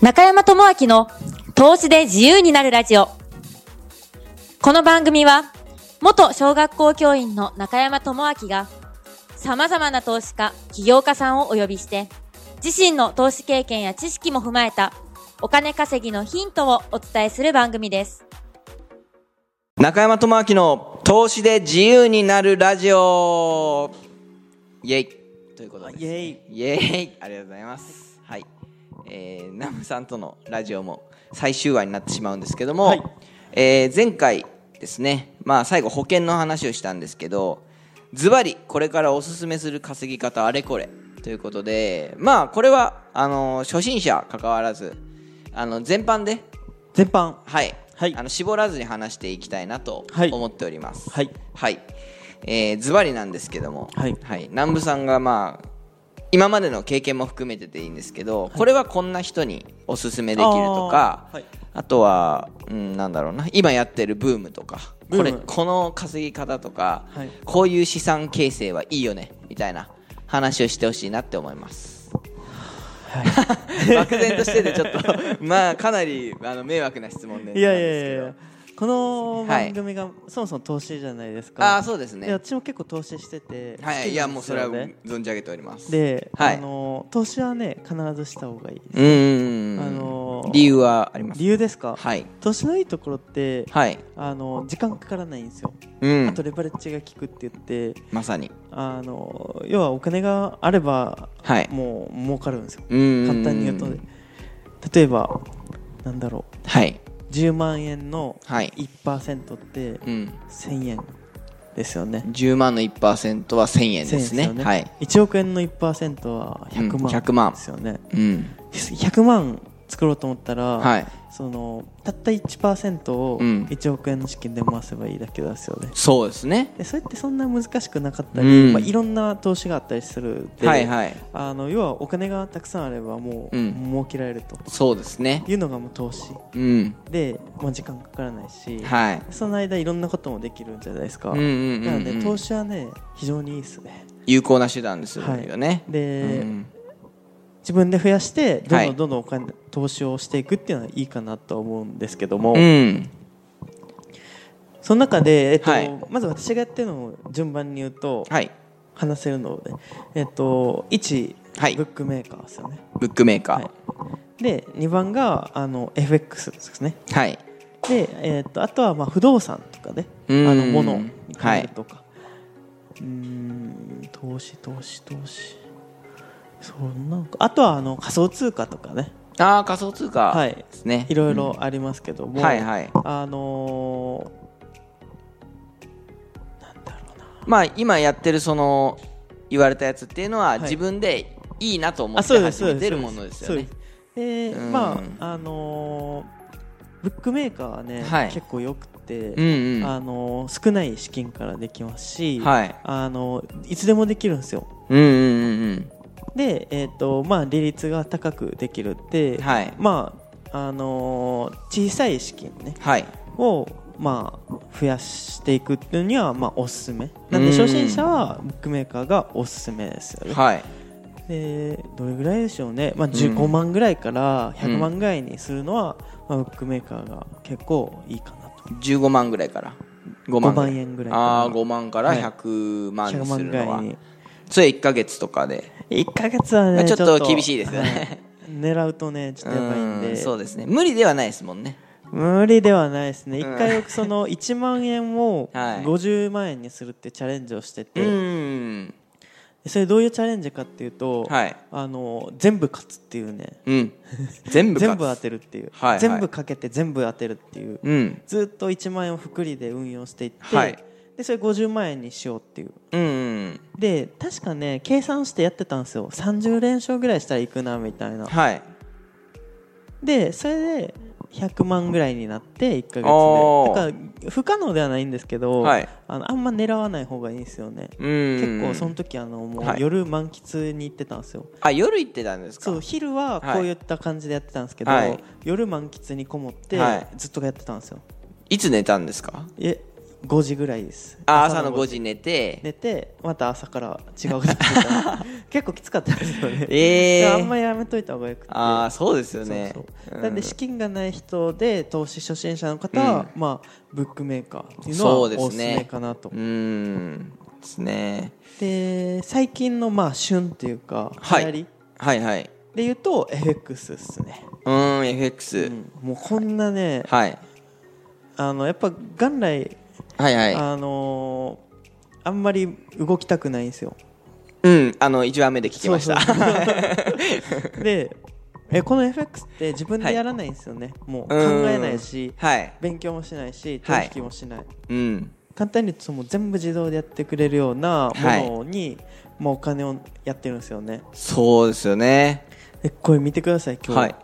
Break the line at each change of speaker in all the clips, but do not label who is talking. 中山智明の投資で自由になるラジオ。この番組は、元小学校教員の中山智明が、様々な投資家、起業家さんをお呼びして、自身の投資経験や知識も踏まえた、お金稼ぎのヒントをお伝えする番組です。
中山智明の投資で自由になるラジオイェイということです、
イェイ
イェイありがとうございますはい、えー、ナムさんとのラジオも最終話になってしまうんですけども、
はい
えー前回ですねまあ最後保険の話をしたんですけどズバリこれからおすすめする稼ぎ方あれこれということでまあこれはあのー初心者関わらずあの全般で
全般
はい、
はい
あの絞らずに話していきたいなと
はい
思っております
はい
はい、えー、ズバリなんですけども、
はい
南部さんがまあ今までの経験も含めてでいいんですけど、これはこんな人におすすめできるとか
あーはい
あとは、うん、なんだろうな今やってるブームとかこれ
ブーム
この稼ぎ方とか、
はい
こういう資産形成はいいよねみたいな話をしてほしいなって思います。 漠然としててちょっと まあかなりあの迷惑な質問で
いやいやいやいやこの
はい
番組がそもそも投資じゃないですか
ああーそうです
いや
ね
私も結構投資してて
は
好きなんですよ
い
ね
いやもうそれは存じ上げております
で、
はい
あの投資はね必ずした方がいいです
うーん、
あのー
理由はあります
理由ですか、
はい
投資のいいところって
はい
あの時間かからないんですよ、
う
あ
ん
とレバレッジが効くって言って
まさに
あの要はお金があれば
はい
もう儲かるんですよ
うーん
簡単に言うとね例えばなんだろ
はい
うん10万円の
はい
1%って
うん
1000円ですよね
10万の1%は1000円ですね
1000円ですよね
はい
1億円の1%は100
うん
万
100万
ですよね、
うん
100万作ろうと思ったら、
はい
そのたった1%を
うん
1億円の資金で回せばいいだけなんですよね、
そうですね
でそれってそんな難しくなかったり、
うん
まあ、いろんな投資があったりするで、
はいはい
あの要はお金がたくさんあればもう、
うん
儲けられると
そうですね
いうのがもう投資
うん
で、まあ、時間かからないし、
はい
その間いろんなこともできるんじゃないですか、
うんうんうん
な
う
ので
ん
投資はね非常にいいですね
有効な手段ですよねう
で、
ん
自分で増やしてどん
は
ど
い
んどんどんお金投資をしていくっていうのはいいかなとは思うんですけども、
うん
その中で、えっと
はい
まず私がやってるのを順番に言うと、
はい
話せるので、えっと、1、
はい
ブックメーカーですよね、
ブックメーカ
はいで2番があの FX ですね
ーはい
で、えっとあとはまあ不動産とかねあ
うん
の物を買えるとか、うーん投資投資投資そんなんかあとはあの仮想通貨とかね
ああ仮想通貨
はい
ですね
いろいろありますけども、
はいはい
あのーなんだろうな
まあ今やってるその言われたやつっていうのは
い
自分でいいなと思
あ
っ
そ
て
うで
始
すそ
め
うです
てるものですよね
そうですで
うん
まああのーブックメーカーはね、
はい
結構よくて、
うんうん
あのー少ない資金からできますし、
はい
あのーいつでもできるんですよ
うんうんうん
で、えーとまあ、利率が高くできるって、
うんはい
まああのー小さい資金ね
はい
を、まあ、増やしていくっていうには、まあ、おすすめなんで
うん
初心者はブックメーカーがおすすめですよね、
はい
でどれぐらいでしょうね、まあ、
うん
15万ぐらいから100万ぐらいにするのは、まあ、ブックメーカーが結構いいかなと
15万ぐらいから5
5
万
万円ぐらいから
ああ5万から100万
100
にす
万
る
ぐら
のはい
に
それ1か月とかで
1か月は
まあ
ね
ちょっと厳しいですよね
はい狙うとねちょっとやばいん
う
で
んそうですね無理ではないですもんね
無理ではないですね、一
うん
回僕その1万円 を
はい
50万円にするってチャレンジをして
う
て、
ん
それどういうチャレンジかっていうと、
はい
あの全部勝つっていうね
うん全部
全
勝
部当
つ
てるっていう、
はいはい
全部かけて全部当てるっていう、
うん
ずっと1万円を福利で運用していって、
はい
でそれ50万円にしようっていう
うんうん
で確かね計算してやってたんですよ30連勝ぐらいしたらいくなみたいな
はい
でそれで100万ぐらいになって1ヶ月でだ
おー
から不可能ではないんですけど、
はい
あのあんま狙わない方がいいんですよね、
うん
結構その時あのも
は
う
い
夜満喫に行ってたんですよ、
あ夜行ってたんですか
そう昼はこういった感じでやってたんですけど、
はい
夜満喫にこもって
はい
ずっとやってたんですよ、
いつ寝たんですか
え5時ぐらいです
あ朝の5
時
時寝て
寝てまた朝から違うことして た結構きつかったですよね、
え
で
え
あんまやめといた方がよくて
ああそうですよね
そうそう
うん
なんで資金がない人で投資初心者の方は、まあ、ブックメーカーっていうのは
そう
お
ですすね
すめかなと
うーんですね
で最近のまあ旬っていうか
は
流
い
行り
はいはいう
で言うと FX っすね、
ーん FX、
うんもうこんなね、
はい、
あのやっぱ元来、
はいはい
あのーあんまり動きたくないんですよ
うんあの1番目で聞きました
そう
う
でえこの FX って自分でやらないんですよね、もう考
ーん
えないし
はい
勉強もしないし
は
取
い
引もしない、
うん
簡単に言うともう全部自動でやってくれるようなものに、まあ、お金をやってるんですよね
そうですよね
でこれ見てください今日、
はい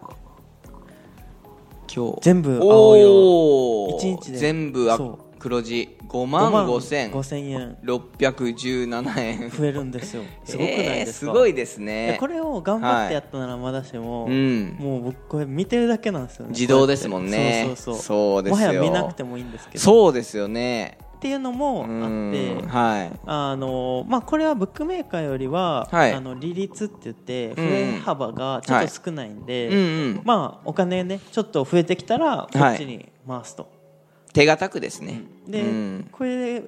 今日
全部青色
おお
一日で
全部あ
そ
黒字5
5
万5617
5000円
円
増えるんですよすごくない
えー
ですすか、
ごいです
で
ね
これを頑張ってやったならまだしも、
うん
もう僕これ見てるだけなんですよね
自動ですもんね
こうやってそうそう
そうですよ
もはや見なくてもいいんですけど
そうですよね
っていうの
う
もあって
んはい
あのまあ、これはブックメーカーよりは、
はい
あの利率って言って増え幅がちょっと少ないんで、
うんうん
まあ、お金ねちょっと増えてきたらこっちに回すと、
手堅くですね
で、
うん
これで、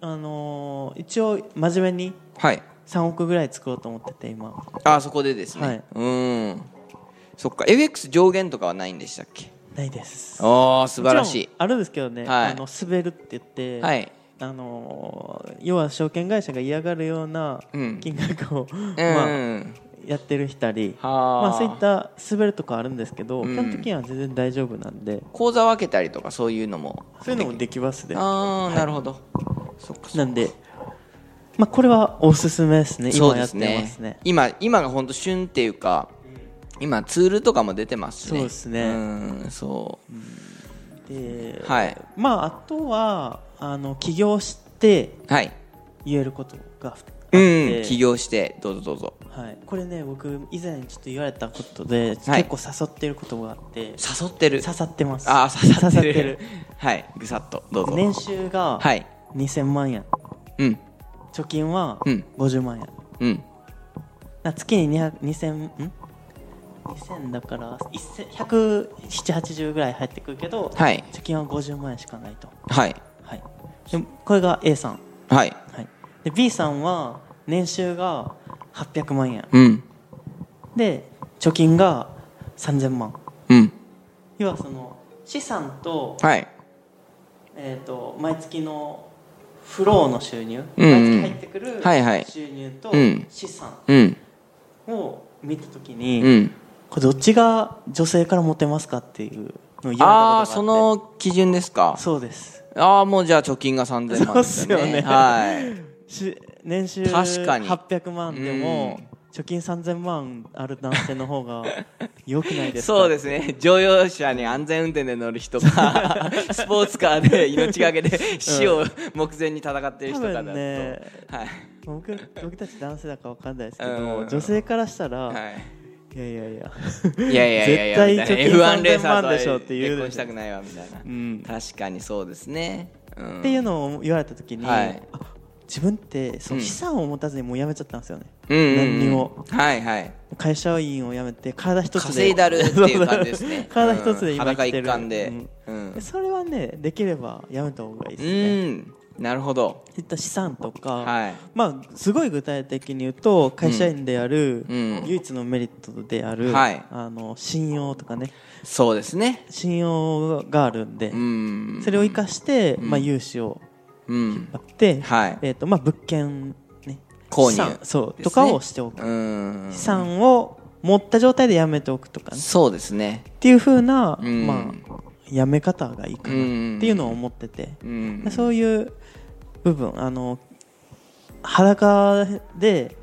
あのー一応真面目に
はい
3億ぐらい作ろうと思ってて今
あそこでですね、
はいう
ーんそっか FX 上限とかはないんでしたっけ
ないです
ああ素晴らしい
もちろんあるんですけどね、
はい
あの滑るって言って、
はい
あのー要は証券会社が嫌がるような
うん
金額を、まあ、
うん
やってる人り、
はあ
まあ、そういった滑るとかあるんですけど、
うん
基本的には全然大丈夫なんで
口座分けたりとかそういうのも
そういうのもできますね
ああなるほど、そっかそっか
なんで、まあ、これはおすすめですね
そう
今
で
やっ
す
てま
ね
すね
今今が本当旬っていうか今ツールとかも出てますしね
そうですね
うんそう、
で、
はい
まああとはあの起業して
はい
言えることがあって、
うん起業してどうぞどうぞ
はい、これね僕以前ちょっと言われたことで、
はい
結構誘っていることがあって
誘ってる
刺さってます
ああ刺さってる
刺さ
はいぐさっとどうぞ
年収が
はい
2000万円、
うん
貯金は
うん
50万円、
うん
な月に200 2000ん2000だから17080ぐらい入ってくるけど、
はい
貯金は50万円しかないと、
はい
はい、でこれが A さん、
はい
はい、で B さんは年収が800万円
うん
で貯金が3000万
うん
要はその資産と,、
はい
えー、と毎月のフローの収入、
うん
毎月入ってくる
はいはい
収入と
うん
資産
うん
を見た時に、
うん
これどっちが女性からモテますかっていうのを言われたことが
あ
あっ
あ
て
その基準ですか
そうです
ああもうじゃあ貯金が3000万ですよね
そうっすよね
はい
し年収
確かに
800万でも
うん
貯金3000万ある男性の方が良くないですか
そうですね乗用車に安全運転で乗る人 かスポーツカーで命がけで死を目前に戦ってる
多
人かだ
分
と、
ね
はい、
僕僕たち男性だから分かんないですけど、
うん
女性からしたら、、
はい
やいやいや
い、いやいやいやいや
絶
み
対
たい
貯金
な F1 レーサー
3000
と
万でしょっていう
結婚したくないわみたいな、
うん
確かにそうですね、うん、
っていうのを言われた時に、
はい
あ自分ってその
うん
資産を持たずにもう辞めちゃったんですよね、
うんうんうん、
何にも
はいはい
会社員を辞めて体一つで
稼いだるっていう感じですね
体一つで
うん
今
裸
生きて
一
る、
貫で
うん
うん、
それはねできればやめた方がいいで
う
すね
ん、なるほど
そういった資産とか、
はい
まあすごい具体的に言うと会社員である、
うん
唯一のメリットである、
はい
あの信用とかね
そうですね
信用があるんで、
うん
それを生かして、まあ、融資を
うん
やって、
はい
えーとまあ、物件、ね、
購入
資産そう、
ですね
とかをしておく、
うん
資産を持った状態でやめておくとかね、
そうですね
っていうふうな、
うん
まあ、やめ方がいいかなっていうのを思ってて、
うん
そういう部分あの裸で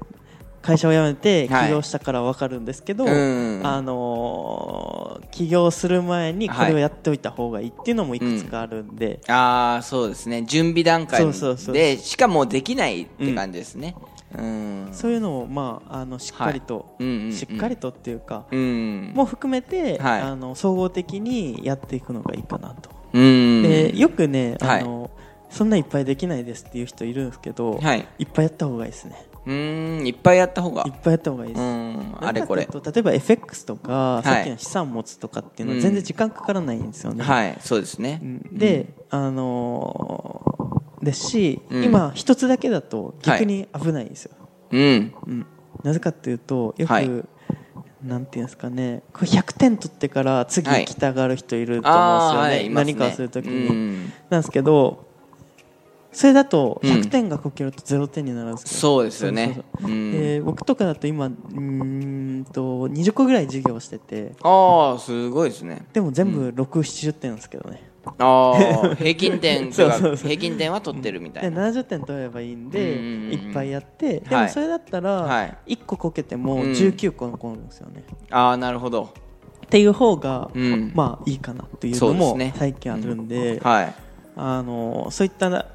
会社を辞めて
はい
起業したから分かるんですけど、
うん
あのー起業する前にこれをやっておいた方がいいっていうのもいくつかあるんで、
ああそうですね準備段階
そうそうそう
でしかもできないって感じですねうん
そういうのを、まあ、あのしっかりと、
うんうんうん
しっかりとっていうか、
うん
も含めて、
はい
あの総合的にやっていくのがいいかなと。
うん
でよくね、あのそんないっぱいできないですっていう人いるんですけど、
はい、
いっぱいやった方がいいですね
うーんいっぱいやった方が
いっぱいやった方がいいで
う
す、
んあれこれ
なんかと例えば FX とか、
い
さっきの資産持つとかっていう
う
のは
ん
全然時間かからないんですよね、
はいそうですね
で、あのーですし、
うん
今一つだけだと逆に危ないんですよ、
うん
うん、なぜかっていうとよく、
はい
なんていうんですかねこう100点取ってから次
はい
行きたがる人いると思うん
あ
で
あー
すよね,、
はいいますね
何かをするときに、
うん
なんですけどそれだと
うん
100点がこけると0点になるんですけど、
そうですよね
そうそう
う
そうんで僕とかだと今うーんと20個ぐらい授業してて
ああすごいですね
でも全部670点なんですけどね、
あ あ平均点と
そうそ
か
うそう
平均点は取ってるみた
で
いな
70点取ればいいんで
うんうんうん
いっぱいやってで
は
も
い
それだっ
は
たら
い
1個こけても
うん
19個残るんですよね、
ああなるほど
っていう方が、
うん
まあいいかなっていう
そ
の
うです
も
ね
最近あるんで
はい
あのそういったな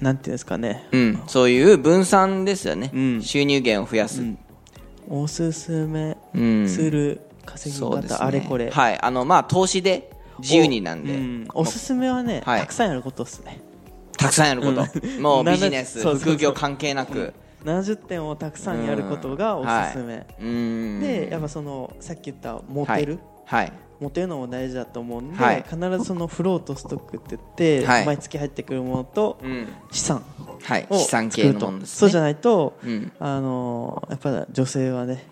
なんていうんですかね
うんそういう分散ですよね
うん
収入源を増やす
おすすめ
うん
する稼ぎ
そうですね
方あれこれ
はいあのまあ投資で自由になん
う
で
おすすめはね
はい
たくさんやることですね
たくさんやること
う ん
もうビジネ
そう
ス
そうそう
副業関係なく
70点をたくさんやることがおすすめ
うん
でやっぱそのさっき言ったモテる
はい
モテるのも大事だと思うんで、
はい
必ずそのフローとストックって言って、
はい
毎月入ってくるものと
うん
資産
はい
を
資
作
産
ると
系のものですね
そうじゃないと、
うん
あのーやっぱり女性はね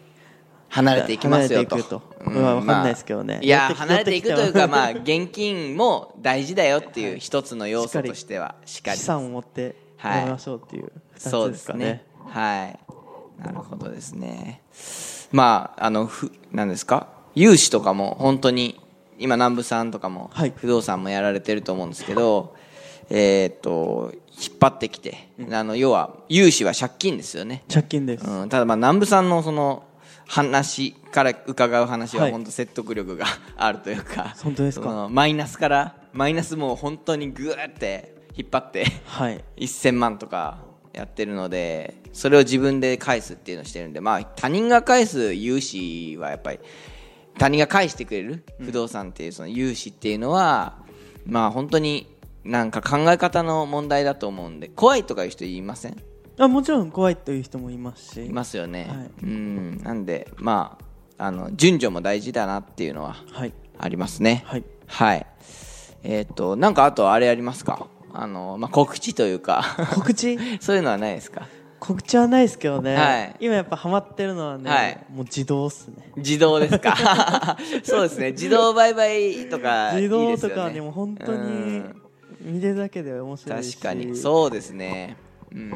離れていきますよと
離れていくとまあわかんないですけどね
まあいや
寄ってき
離れていくという
寄
か
ってきた
まあ現金も大事だよっていう一つの要素としてはしっかり
資産を持って
はい
やりましょうっていう
そ
2
うで
つです
す
かね,、
ねはいなるほどですねまああのふなんですか融資とかも本当に今南部さんとかも、
はい
不動産もやられてると思うんですけどえっ、と引っ張ってきて、あの要は融資は借金ですよね
借金です、
うん、ただまあ南部さんのその話から伺う話は
はい
本当説得力があるというか
本当ですか
そのマイナスからマイナスもう本当にグーって引っ張って
はい
1000万とかやってるのでそれを自分で返すっていうのをしてるんでまあ他人が返す融資はやっぱり他人が返してくれる不動産っていうその融資っていうのは、まあ本当になんか考え方の問題だと思うんで怖いとかいう人いません
あもちろん怖いという人もいますし
いますよね、
はい
うんなんでまああの順序も大事だなっていうのは
はい
ありますね
はい
はいえっ、となんかあとあれありますかあの、まあ、告知という か
告知
そういうのはないですか
告知はないですけどね、
はい
今やっぱハマってるのはね、
はい
もう自動っすね
自動です かそうですね自動売買とかいい
自
ですよね
動とかはねもう本当
う
に
ん
見てるだけで面白いし
確かにそうですねうん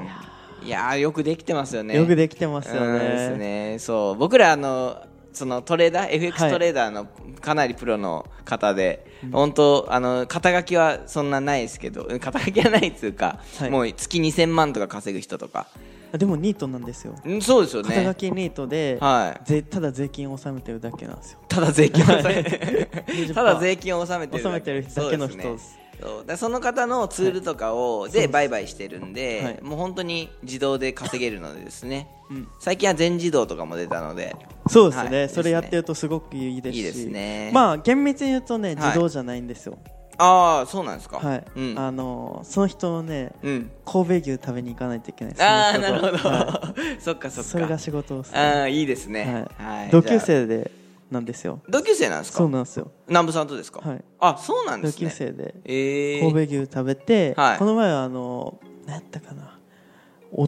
いやーよくできてますよね
よくできてますよ
うんです
ね
ねそう僕らあのそのトレーダー FX
はい
トレーダーのかなりプロの方で、本当あの肩書きはそんなないですけど うん肩書きはないっていうか、
はい
もう月2000万とか稼ぐ人とか、
でもニートなんですよ
うんそうですよ
肩書
ね
きニートで、
はい
ぜただ税金を納めてるだけなんですよ
ただ税金を納 めて
20%
ただ税金を納めてる
納めてるだけの人です
そうねそうだその方のツールとかを、で売買してるんで、
はい
もう本当に自動で稼げるのでですね、
うん
最近は全自動とかも出たので
そうですね、
はい
それやってるとすごくいいですし
いいですね
まあ厳密に言うとね
い
自動じゃないんですよ
ああそうなんですか
はい、
うん
あのその人のね
うん
神戸牛食べに行かないといけない
ああ
その
なる
人
ほ
と
ど、
は い
そっかそっか
それが仕事です、
ああいいですね
は、い
はい
同級
じゃあ
生でなんですよ
同級生なんです
そ
か
うなんですよ
南部さんとですか、
はい
あそうなんで
同
すね
級生で
ええ
神戸牛食べて、
はい
この前はあの何やったかなお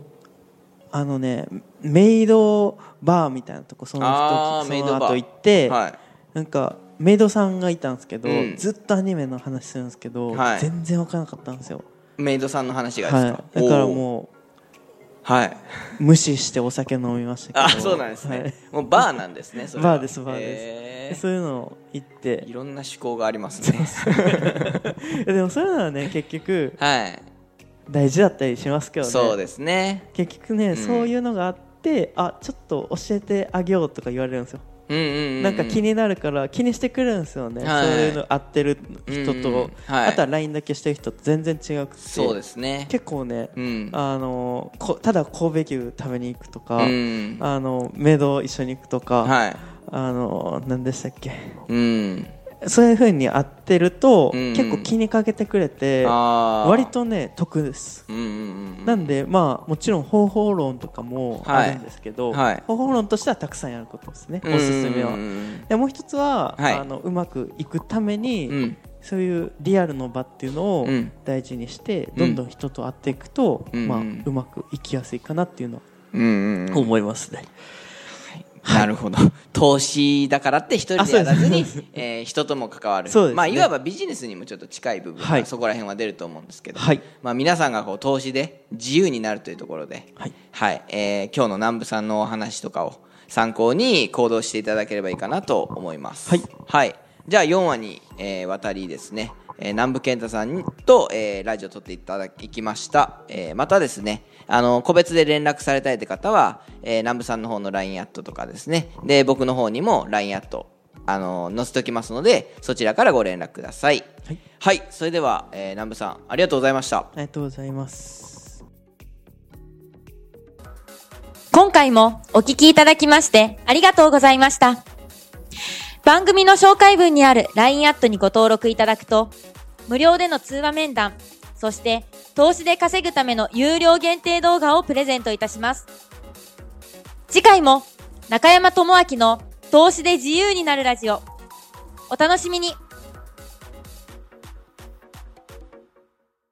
あのねメイドバーみたいなとこその
あー
人そ
メイド
の
バー
後行って、
はい
なんかメイドさんがいたんですけど、
うん
ずっとアニメの話するんですけど、
はい
全然わからなかったんですよ、
メイドさんの話がですか、
はい、だから
う
も
はい。
う無視してお酒飲みましたけど
あ、そうなんですね。もうバーなんですね。それは
バーですバーですは
へ
い、そういうのを言っ
ーい
て
ろんな趣向がありますね。
でもそういうのはね結局
はい。
大事だったりしますけどね
そうですね。
結局ね、
ん
そういうのがあってあちょっと教えてあげようとか言われるんですよ、
うんうんううん。
なんか気になるから気にしてくるんですよね、
はい
そういうの合ってる人
うんう
と
ん、はい
あとは LINE だけしてる人と全然違くて
そうですね。
結構ね、
うん。
あのこただ神戸牛食べに行くとか、
うん。
あのメイド一緒に行くとか、
はい。
あの何でしたっけ
うん。
そういうふうに会ってると、
うんうん
結構気にかけてくれて
あー
割とね得です
うんうんうん
なんでまあもちろん方法論とかもあるんですけど、
はいはい
方法論としてはたくさんやることですね、おすすめは
うんう。ん
でもう一つは、
はい
あのうまくいくために、
うんうん
そういうリアルの場っていうのを
うん
大事にして、
ん
どんどん人と会っていくと、
うん
まあ、
うん
うまくいきやすいかなっていうの
うんうんうん
は思いますね。
なるほど投資だからって一人
あ
で
そ
や
うで
ら
す
ずに、えー 人とも関わる、
そうですね
まあ、いわばビジネスにもちょっと近い部分、
はい
そこら辺は出ると思うんですけど、
はい
まあ、皆さんがこう投資で自由になるというところで、
はい
えー今日の南部さんのお話とかを参考に行動していただければいいかなと思います、
はい
じゃあ4話に、えーわたりですね、えー南部健太さんと、えーラジオ撮っていただきました、えーまたですねあの個別で連絡されたいって方は、えー南部さんの方の LINE アットとかですねで僕の方にも LINE アットあの載せておきますのでそちらからご連絡ください
はい、
はい、それでは、えー南部さんありがとうございました
ありがとうございます。
今回もお聞きいただきましてありがとうございました。番組の紹介文にある LINE アットにご登録いただくと、無料での通話面談、そして投資で稼ぐための有料限定動画をプレゼントいたします。次回も中山智明の投資で自由になるラジオ、お楽しみに